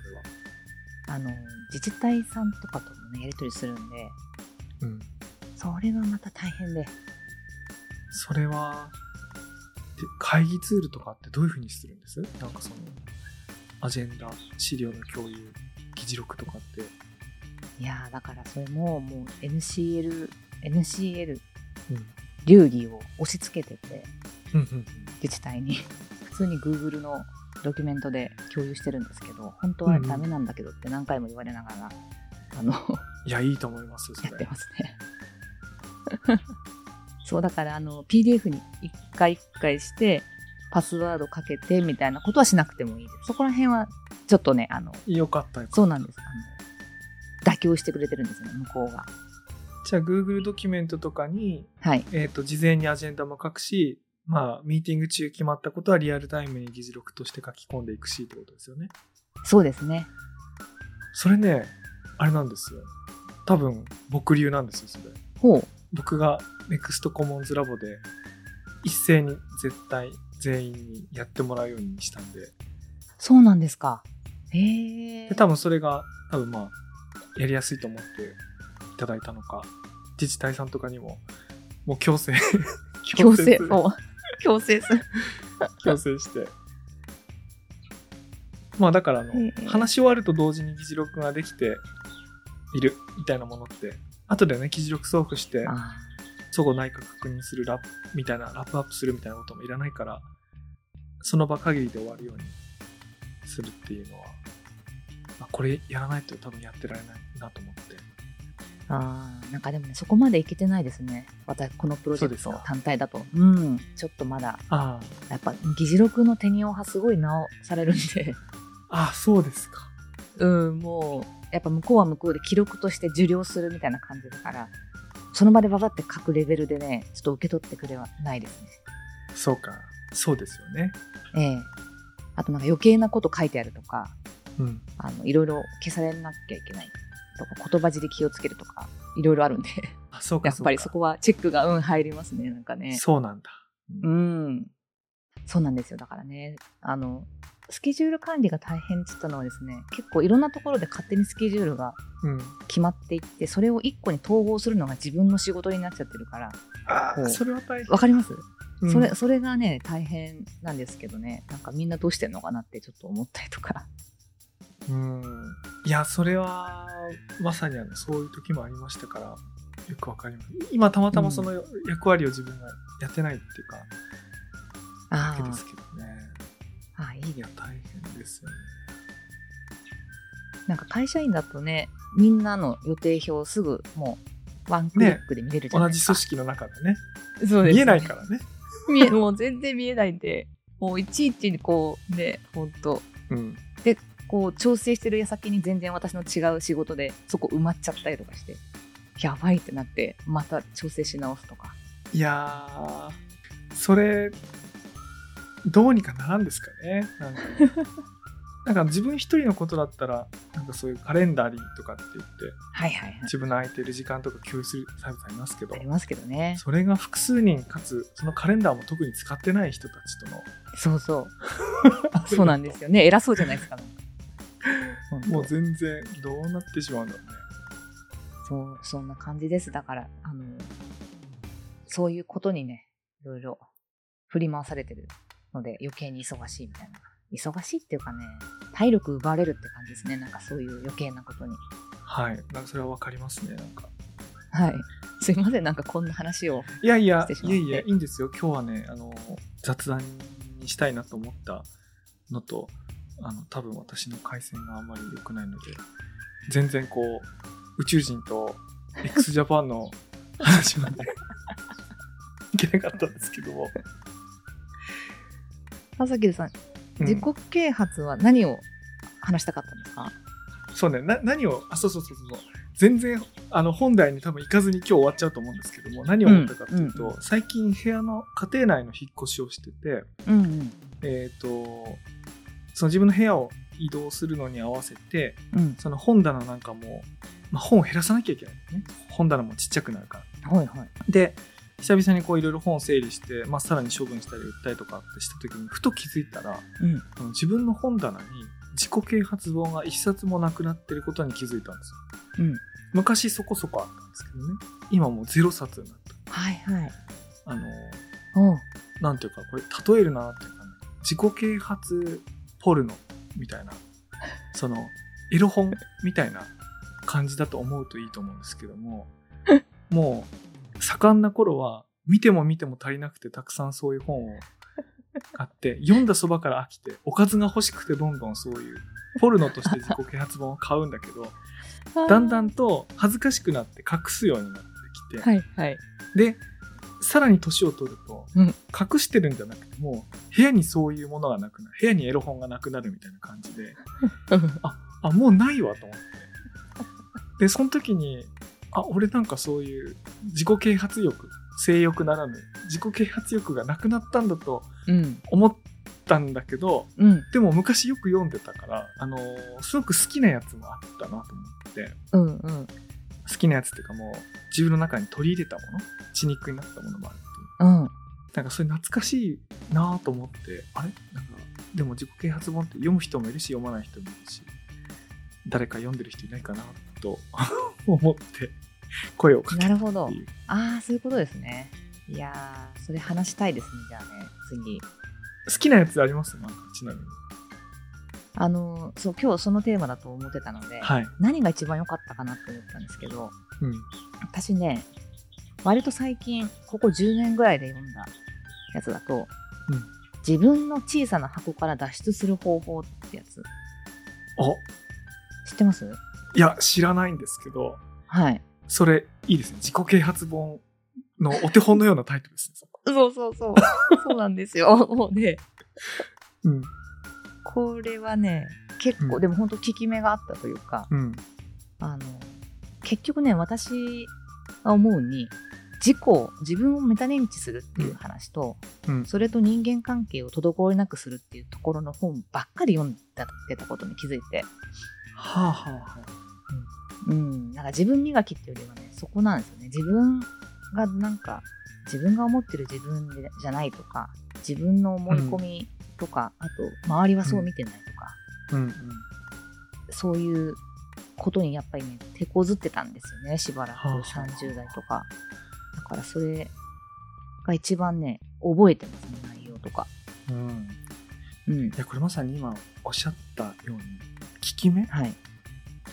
[SPEAKER 2] それは。
[SPEAKER 1] あの自治体さんとかともねやり取りするんで
[SPEAKER 2] うん。
[SPEAKER 1] それがまた大変で
[SPEAKER 2] それは、で会議ツールとかってどういうふうにするんですなんかその、アジェンダ、資料の共有、議事録とかって、
[SPEAKER 1] いやーだからそれももう NCL NCL
[SPEAKER 2] うん
[SPEAKER 1] 流儀を押し付けてて
[SPEAKER 2] うんうん
[SPEAKER 1] 自治体に 普通に Google のドキュメントで共有してるんですけど本当はダメなんだけどって何回も言われながら、あの
[SPEAKER 2] いやいいと思いますよそ
[SPEAKER 1] やっ
[SPEAKER 2] れ
[SPEAKER 1] てますね そうだからあの PDF に一回一回してパスワードかけてみたいなことはしなくてもいいですそこら辺はちょっとねあの
[SPEAKER 2] よかったよ
[SPEAKER 1] そうなんですあの妥協してくれてるんですね向こうが
[SPEAKER 2] じゃあ Google ドキュメントとかに、
[SPEAKER 1] はい
[SPEAKER 2] えー、と事前にアジェンダも書くしまあミーティング中決まったことはリアルタイムに議事録として書き込んでいくしってことですよね
[SPEAKER 1] そうですね
[SPEAKER 2] それねあれなんですよ多分僕流なんですよそれ
[SPEAKER 1] ほう
[SPEAKER 2] 僕が NEXT コモンズラボで一斉に絶対全員にやってもらうようにしたんで
[SPEAKER 1] そうなんですかへえ
[SPEAKER 2] で多分それが多分まあやりやすいと思っていただいたのか自治体さんとかにももう強制
[SPEAKER 1] 強制
[SPEAKER 2] する
[SPEAKER 1] そう強制する
[SPEAKER 2] 強制してまあだからあの、
[SPEAKER 1] うんうん
[SPEAKER 2] 話し終わると同時に議事録ができているみたいなものって後でね議事録送付して
[SPEAKER 1] あ
[SPEAKER 2] そご内閣確認するラップみたいなラップアップするみたいなこともいらないからその場限りで終わるようにするっていうのは、まあ、これやらないと多分やってられないなと思って
[SPEAKER 1] ーあーなんかでもねそこまでいけてないですね私このプロジェク
[SPEAKER 2] そ
[SPEAKER 1] ト
[SPEAKER 2] うですか
[SPEAKER 1] 単体だとうんちょっとまだ
[SPEAKER 2] あ
[SPEAKER 1] やっぱ議事録の手にオはすごい直されるん で
[SPEAKER 2] あそうですか
[SPEAKER 1] うんもうやっぱ向こうは向こうで記録として受領するみたいな感じだからその場でババって書くレベルでねちょっと受け取ってくれはないですね
[SPEAKER 2] そうかそうですよね
[SPEAKER 1] ええあとなんか余計なこと書いてあるとか
[SPEAKER 2] うん
[SPEAKER 1] あのいろいろ消されなきゃいけないとか言葉尻気をつけるとかいろいろあるんで
[SPEAKER 2] あそうか
[SPEAKER 1] やっぱりそこはチェックがうん入りますねなんかね
[SPEAKER 2] そうなんだ
[SPEAKER 1] うんそうなんですよだからねあのスケジュール管理が大変って言ったのはですね結構いろんなところで勝手にスケジュールが
[SPEAKER 2] うん
[SPEAKER 1] 決まっていってそれを一個に統合するのが自分の仕事になっちゃってるから
[SPEAKER 2] あ
[SPEAKER 1] こう
[SPEAKER 2] あそれは大変、
[SPEAKER 1] わかります、
[SPEAKER 2] うん
[SPEAKER 1] それそれがね大変なんですけどねなんかみんなどうしてんのかなってちょっと思ったりとか
[SPEAKER 2] うんいやそれはまさにあのそういう時もありましたからよくわかります今たまたまその役割を自分がやってないっていうか、
[SPEAKER 1] あ
[SPEAKER 2] だけですけどね
[SPEAKER 1] あああいい
[SPEAKER 2] いや大変ですよね
[SPEAKER 1] なんか会社員だとねみんなの予定表をすぐもうワンクリックで見れるじゃない
[SPEAKER 2] 同
[SPEAKER 1] で
[SPEAKER 2] じ
[SPEAKER 1] すか、
[SPEAKER 2] 組織の中でね
[SPEAKER 1] 織そうです
[SPEAKER 2] 見えないからね、
[SPEAKER 1] 見えもう全然見えないんでもういちいちこうねほんと
[SPEAKER 2] うん、
[SPEAKER 1] こう調整してる矢先に全然私の違う仕事でそこ埋まっちゃったりとかしてやばいってなってまた調整し直すとか
[SPEAKER 2] いやーそれどうにかならんですかねなん かなんか自分一人のことだったらなんかそういうカレンダーリーとかって言って
[SPEAKER 1] はいはいはい
[SPEAKER 2] 自分の空いてる時間とか共有するサービスありますけど
[SPEAKER 1] ありますけどね
[SPEAKER 2] それが複数人かつそのカレンダーも特に使ってない人たちとの
[SPEAKER 1] そう そうそうなんですよね偉そうじゃない ですかなんかほんと
[SPEAKER 2] もう全然どうなってしまうんだろうね
[SPEAKER 1] そう、そんな感じです。だから、あの、そういうことにね、いろいろ振り回されてるので、余計に忙しいみたいな。忙しいっていうかね、体力奪われるって感じですね。なんかそういう余計なことに。
[SPEAKER 2] はいなんかそれは分かりますねなんか
[SPEAKER 1] はい。すいません、なんかこんな話を。
[SPEAKER 2] いやいや
[SPEAKER 1] して、しまっ
[SPEAKER 2] い
[SPEAKER 1] て
[SPEAKER 2] やいや、いいんですよ。今日はね、あの、雑談にしたいなと思ったのと、あの、多分私の回線があまり良くないので、全然こう、宇宙人と x ジャパンの話まで いけなかったんですけども。
[SPEAKER 1] 朝霧さん、
[SPEAKER 2] うん
[SPEAKER 1] 自己啓発は何を話したかったんですか、
[SPEAKER 2] そうね、な何を、あ、そうそうそうそう。全然、あの、本題に多分行かずに今日終わっちゃうと思うんですけども、何を思ったかというと、
[SPEAKER 1] うん
[SPEAKER 2] 最近部屋の、家庭内の引っ越しをしてて、
[SPEAKER 1] うん、うん
[SPEAKER 2] えー、とその自分の部屋を移動するのに合わせて
[SPEAKER 1] うん。
[SPEAKER 2] その本棚なんかも、まあ、本を減らさなきゃいけないんだよね本棚もちっちゃくなるから
[SPEAKER 1] はいはい。
[SPEAKER 2] で久々にこういろいろ本を整理して、まあ、さらに処分したり売ったりとかってした時にふと気づいたら
[SPEAKER 1] うん。
[SPEAKER 2] あの自分の本棚に自己啓発本が一冊もなくなってることに気づいたんですよ
[SPEAKER 1] うん。
[SPEAKER 2] 昔そこそこあったんですけどね今もうゼロ冊になった
[SPEAKER 1] はいはい。
[SPEAKER 2] あの
[SPEAKER 1] おう
[SPEAKER 2] なんていうかこれ例えるなっていうかね自己啓発ポルノみたいなそのエロ本みたいな感じだと思うといいと思うんですけどももう盛んな頃は見ても見ても足りなくてたくさんそういう本を買って読んだそばから飽きておかずが欲しくてどんどんそういうポルノとして自己啓発本を買うんだけどだんだんと恥ずかしくなって隠すようになってきて、
[SPEAKER 1] はいはい
[SPEAKER 2] でさらに年を取ると、
[SPEAKER 1] うん
[SPEAKER 2] 隠してるんじゃなくてもう部屋にそういうものがなくなる部屋にエロ本がなくなるみたいな感じであもうないわと思ってでその時にあ俺なんかそういう自己啓発欲性欲ならぬ自己啓発欲がなくなったんだと
[SPEAKER 1] うん
[SPEAKER 2] 思ったんだけど
[SPEAKER 1] うん
[SPEAKER 2] でも昔よく読んでたから、あのーすごく好きなやつもあったなと思って
[SPEAKER 1] うんうん
[SPEAKER 2] 好きなやつっていうかもう自分の中に取り入れたもの血肉になったものもあるっていう
[SPEAKER 1] うん
[SPEAKER 2] なんかそれ懐かしいなぁと思ってあれなんかでも自己啓発本って読む人もいるし読まない人もいるし誰か読んでる人いないかなと 思って声をかけ
[SPEAKER 1] なる
[SPEAKER 2] たっ
[SPEAKER 1] ほど
[SPEAKER 2] ていう
[SPEAKER 1] ああそういうことですねいやーそれ話したいですねじゃあね次
[SPEAKER 2] 好きなやつありますなんかちなみに
[SPEAKER 1] あのそう今日そのテーマだと思ってたので、
[SPEAKER 2] はい、
[SPEAKER 1] 何が一番良かったかなって思ったんですけど
[SPEAKER 2] うん、
[SPEAKER 1] 私ね割と最近ここ10年ぐらいで読んだやつだと、
[SPEAKER 2] うん
[SPEAKER 1] 自分の小さな箱から脱出する方法ってやつ
[SPEAKER 2] お
[SPEAKER 1] 知ってます
[SPEAKER 2] いや知らないんですけど
[SPEAKER 1] はい
[SPEAKER 2] それいいですね自己啓発本のお手本のようなタイトルですねそこ
[SPEAKER 1] そうそうそう そうなんですよ もうね
[SPEAKER 2] うん
[SPEAKER 1] これはね結構、
[SPEAKER 2] うん
[SPEAKER 1] でも本当効き目があったというか
[SPEAKER 2] うん
[SPEAKER 1] あの結局ね私が思うに自己自分をメタ認知するっていう話と、
[SPEAKER 2] うんうん
[SPEAKER 1] それと人間関係を滞りなくするっていうところの本ばっかり読んだってたことに気づいて、
[SPEAKER 2] はあはあはあ
[SPEAKER 1] うん、なんか自分磨きっていうよりはねそこなんですよね自分がなんか自分が思ってる自分でじゃないとか自分の思い込みとか、あと周りはそう見てないとか、
[SPEAKER 2] うんうん
[SPEAKER 1] そういうことにやっぱりね手こずってたんですよねしばらく
[SPEAKER 2] はあはあ
[SPEAKER 1] 30代とかだからそれが一番ね覚えてますね内容とか
[SPEAKER 2] うん
[SPEAKER 1] うん
[SPEAKER 2] いやこれまさに今おっしゃったように効き目
[SPEAKER 1] はい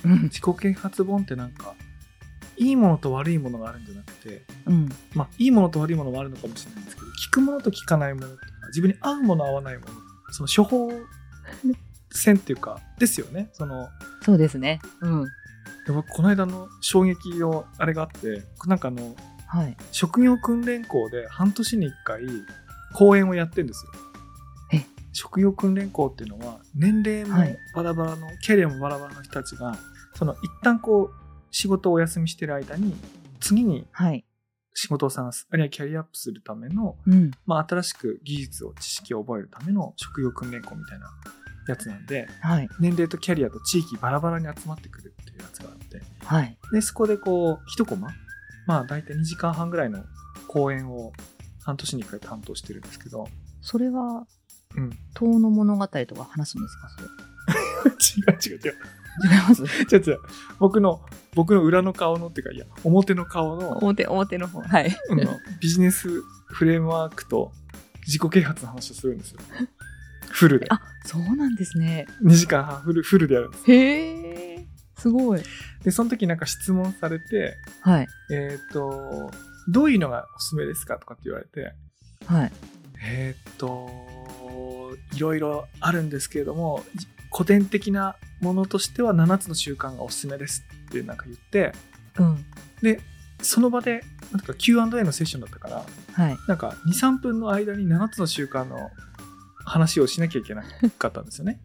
[SPEAKER 1] うん
[SPEAKER 2] 自己啓発本ってなんかいいものと悪いものがあるんじゃなくて
[SPEAKER 1] うん
[SPEAKER 2] まあいいものと悪いものもあるのかもしれないんですけど聞くものと聞かないものとか自分に合うもの合わないものその処方箋っていうかですよねその
[SPEAKER 1] そうですねうん
[SPEAKER 2] で僕この間の衝撃のあれがあってなんかあの
[SPEAKER 1] はい
[SPEAKER 2] 職業訓練校で半年に1回講演をやってるんですよ
[SPEAKER 1] え。
[SPEAKER 2] 職業訓練校っていうのは年齢も
[SPEAKER 1] はい
[SPEAKER 2] バラバラの、キャリアもバラバラの人たちがその一旦こう仕事をお休みしてる間に次に
[SPEAKER 1] はい
[SPEAKER 2] 仕事を探すあるいはキャリアアップするための、
[SPEAKER 1] うん
[SPEAKER 2] まあ、新しく技術を知識を覚えるための職業訓練校みたいなやつなんで
[SPEAKER 1] はい
[SPEAKER 2] 年齢とキャリアと地域バラバラに集まってくるっていうやつがあって
[SPEAKER 1] はい
[SPEAKER 2] で、そこでこう、一コマ、まあ大体2時間半ぐらいの講演を半年に1回担当してるんですけど、
[SPEAKER 1] それは
[SPEAKER 2] うん違う
[SPEAKER 1] 遠の物語とか話すんですかそれ
[SPEAKER 2] 違う違う。
[SPEAKER 1] 違います
[SPEAKER 2] 違う違う。僕の、僕の裏の顔のっていうか、いや、表の顔の、
[SPEAKER 1] 表表の方はい
[SPEAKER 2] うんビジネスフレームワークと自己啓発の話をするん ですよ。フルで。
[SPEAKER 1] あそうなんですね
[SPEAKER 2] 2時間半フル、フルでやるんです。
[SPEAKER 1] へえすごい
[SPEAKER 2] で、その時なんか質問されて、
[SPEAKER 1] はい
[SPEAKER 2] えっ、と、どういうのがおすすめですかとかって言われて、
[SPEAKER 1] はい
[SPEAKER 2] えーっといろいろあるんですけれどもじ古典的なものとしては7つの習慣がおすすめですってなんか言って
[SPEAKER 1] うん
[SPEAKER 2] その場でなんか Q&A のセッションだったから
[SPEAKER 1] はい
[SPEAKER 2] なんか23分の間に7つの習慣の話をしなきゃいけなかったんですよね。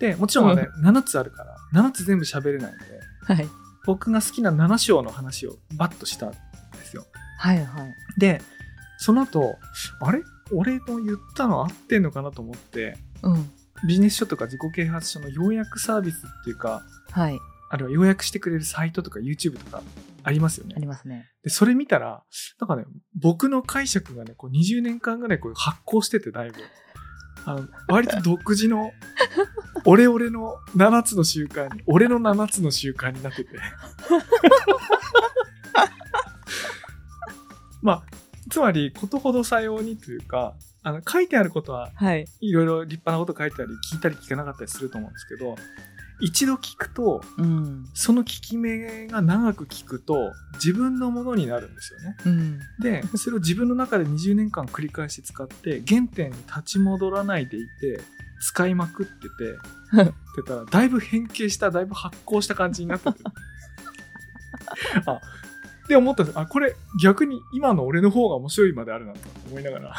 [SPEAKER 2] でもちろんね、7つあるから7つ全部喋れないんで
[SPEAKER 1] はい
[SPEAKER 2] 僕が好きな7章の話をバッとしたんですよ。
[SPEAKER 1] はいはい
[SPEAKER 2] でその後あれ俺の言ったの合ってんのかなと思って
[SPEAKER 1] うん
[SPEAKER 2] ビジネス書とか自己啓発書の要約サービスっていうか、
[SPEAKER 1] はい
[SPEAKER 2] あるいは要約してくれるサイトとか YouTube とかありますよね
[SPEAKER 1] あ。りますね
[SPEAKER 2] で、それ見たら、なんかね、僕の解釈がね、こう20年間ぐらいこう発行してて、だいぶ。あの、割と独自の、俺俺の7つの習慣に、俺の7つの習慣になってて。まあ、つまり、ことほどさようにというか、あの、書いてあることは
[SPEAKER 1] はい
[SPEAKER 2] いろいろ立派なこと書いたり聞いたり聞かなかったりすると思うんですけど一度聞くと
[SPEAKER 1] うん
[SPEAKER 2] その効き目が長く聞くと自分のものになるんですよね
[SPEAKER 1] うん
[SPEAKER 2] でそれを自分の中で20年間繰り返し使って原点に立ち戻らないでいて使いまくっててってたらだいぶ変形しただいぶ発酵した感じになっててあで思ったんですあこれ逆に今の俺の方が面白いまであるなと思いながら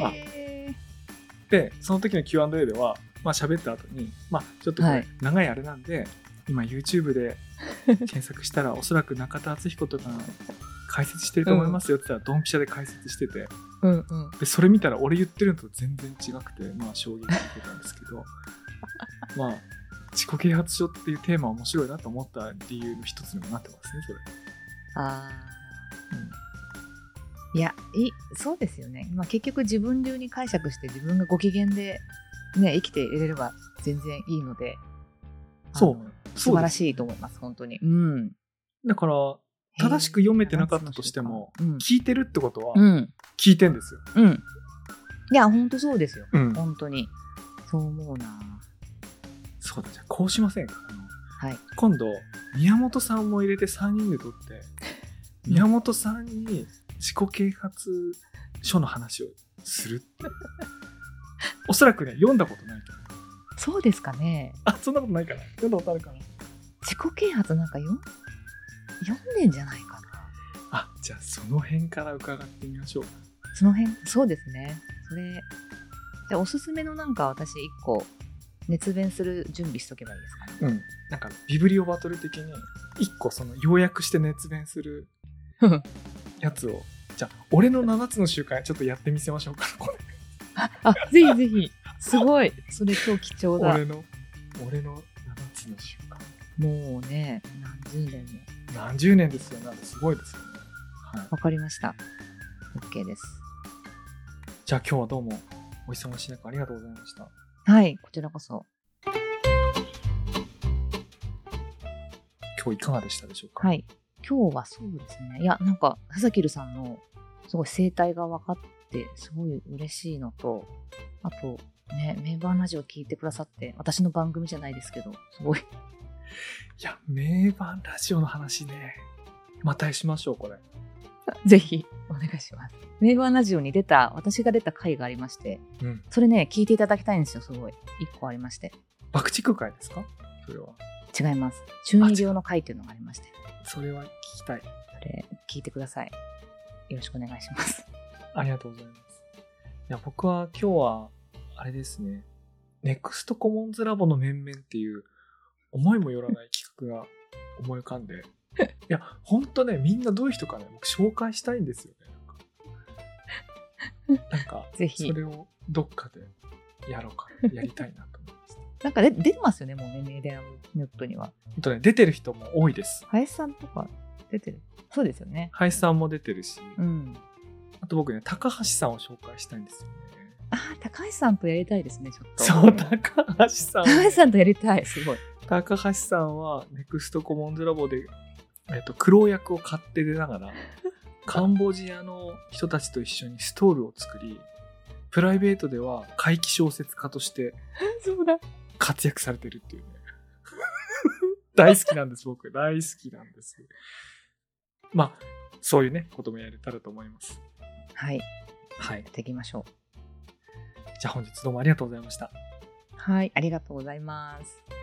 [SPEAKER 2] まあ
[SPEAKER 1] へ
[SPEAKER 2] でその時の Q&A ではまあ喋った後にまあちょっとこ
[SPEAKER 1] は
[SPEAKER 2] れ
[SPEAKER 1] い
[SPEAKER 2] 長いあれなんで、今 YouTube で検索した らおそらく中田敦彦とかが解説してると思いますよって言ったらドンピシャで解説してて
[SPEAKER 1] ーうんうん
[SPEAKER 2] でそれ見たら俺言ってるのと全然違くてまあ衝撃受けたんですけ どまあ自己啓発書っていうテーマ面白いなと思った理由の一つにもなってますねそれ。
[SPEAKER 1] あーいやいそうですよね、まあ、結局自分流に解釈して自分がご機嫌で、ね、生きていれれば全然いいのであ
[SPEAKER 2] そう
[SPEAKER 1] の
[SPEAKER 2] そ
[SPEAKER 1] 素
[SPEAKER 2] う
[SPEAKER 1] 晴らしいと思います本当に、うん、
[SPEAKER 2] だから正しく読めてなかったとしても
[SPEAKER 1] うん、
[SPEAKER 2] 聞いてるってことは
[SPEAKER 1] うん
[SPEAKER 2] 聞いてんですよ。
[SPEAKER 1] うんいや本当そうですよ
[SPEAKER 2] うん
[SPEAKER 1] 本当にそう思うな
[SPEAKER 2] そうだじゃあこうしませんかあの
[SPEAKER 1] はい
[SPEAKER 2] 今度宮本さんも入れて3人で撮 って宮本さんに自己啓発書の話をするっておそらくね読んだことないと思う
[SPEAKER 1] そうですかね
[SPEAKER 2] あそんなことないかな 読んだことあるかな
[SPEAKER 1] 自己啓発なんかよ読んでんじゃないかな
[SPEAKER 2] あじゃあその辺から伺ってみましょう
[SPEAKER 1] その辺、そうですね。それ、じゃあおすすめのなんか私一個、熱弁する準備しとけばいいですかね。
[SPEAKER 2] うんなんかビブリオバトル的に1個その要約して熱弁するやつをじゃあ俺の7つの習慣ちょっとやってみせましょうかこれ
[SPEAKER 1] あ、ぜひぜひ。すごい。それ超貴重だ。
[SPEAKER 2] 俺の俺の7つの習慣
[SPEAKER 1] もうね、何十年も。
[SPEAKER 2] 何十年ですよなんですごいですよね、はい、
[SPEAKER 1] わかりました。OK です。
[SPEAKER 2] じゃあ今日はどうもお忙しい中ありがとうございました
[SPEAKER 1] はい、こちらこそ。
[SPEAKER 2] 今日いかがでしたでしょうか
[SPEAKER 1] はい。今日はそうですね。いや、なんか、佐々木留さんの、すごい生態が分かって、すごい嬉しいのと、あと、ね、メンバーラジオ聞いてくださって、私の番組じゃないですけど、すごい。
[SPEAKER 2] いや名盤ラジオの話ねまたしましょうこれ
[SPEAKER 1] ぜひお願いします。メーバーラジオに出た、私が出た回がありまして、
[SPEAKER 2] うん
[SPEAKER 1] それね、聞いていただきたいんですよ、すごい。一個ありまして。
[SPEAKER 2] 爆竹会ですかそれは
[SPEAKER 1] 違います。中二病の回っていうのがありまして、
[SPEAKER 2] それは聞きたい
[SPEAKER 1] それ聞いてください。よろしくお願いします。
[SPEAKER 2] ありがとうございますいや僕は今日はあれですねネクストコモンズラボの面々っていう思いもよらない企画が思い浮か んでいやほんとねみんなどういう人かね僕紹介したいんですよねなんかなんか
[SPEAKER 1] ぜひ
[SPEAKER 2] それをどっかでやろうかやりたいなと思います。
[SPEAKER 1] なんかで出てますよね、もうね、メディアムネットには。
[SPEAKER 2] ほんとね出てる人も多いです。
[SPEAKER 1] 林さんとか出てる。そうですよね。
[SPEAKER 2] 林さんも出てるし、
[SPEAKER 1] うん。
[SPEAKER 2] あと僕ね高橋さんを紹介したいんですよね。
[SPEAKER 1] あー高橋さんとやりたいですね、ちょっと。
[SPEAKER 2] そう高橋さん
[SPEAKER 1] 高橋さんとやりたい、すごい。
[SPEAKER 2] 高橋さんはネクストコモンズラボで、えっと、苦労役を買って出ながらカンボジアの人たちと一緒にストールを作りプライベートでは怪奇小説家として
[SPEAKER 1] そうだ。
[SPEAKER 2] 活躍されてるっていうね大好きなんです僕大好きなんですまあそういうねこともやれたらと思います
[SPEAKER 1] はい、
[SPEAKER 2] はい
[SPEAKER 1] やっていきましょう。
[SPEAKER 2] じゃあ本日どうもありがとうございました
[SPEAKER 1] はい、ありがとうございます。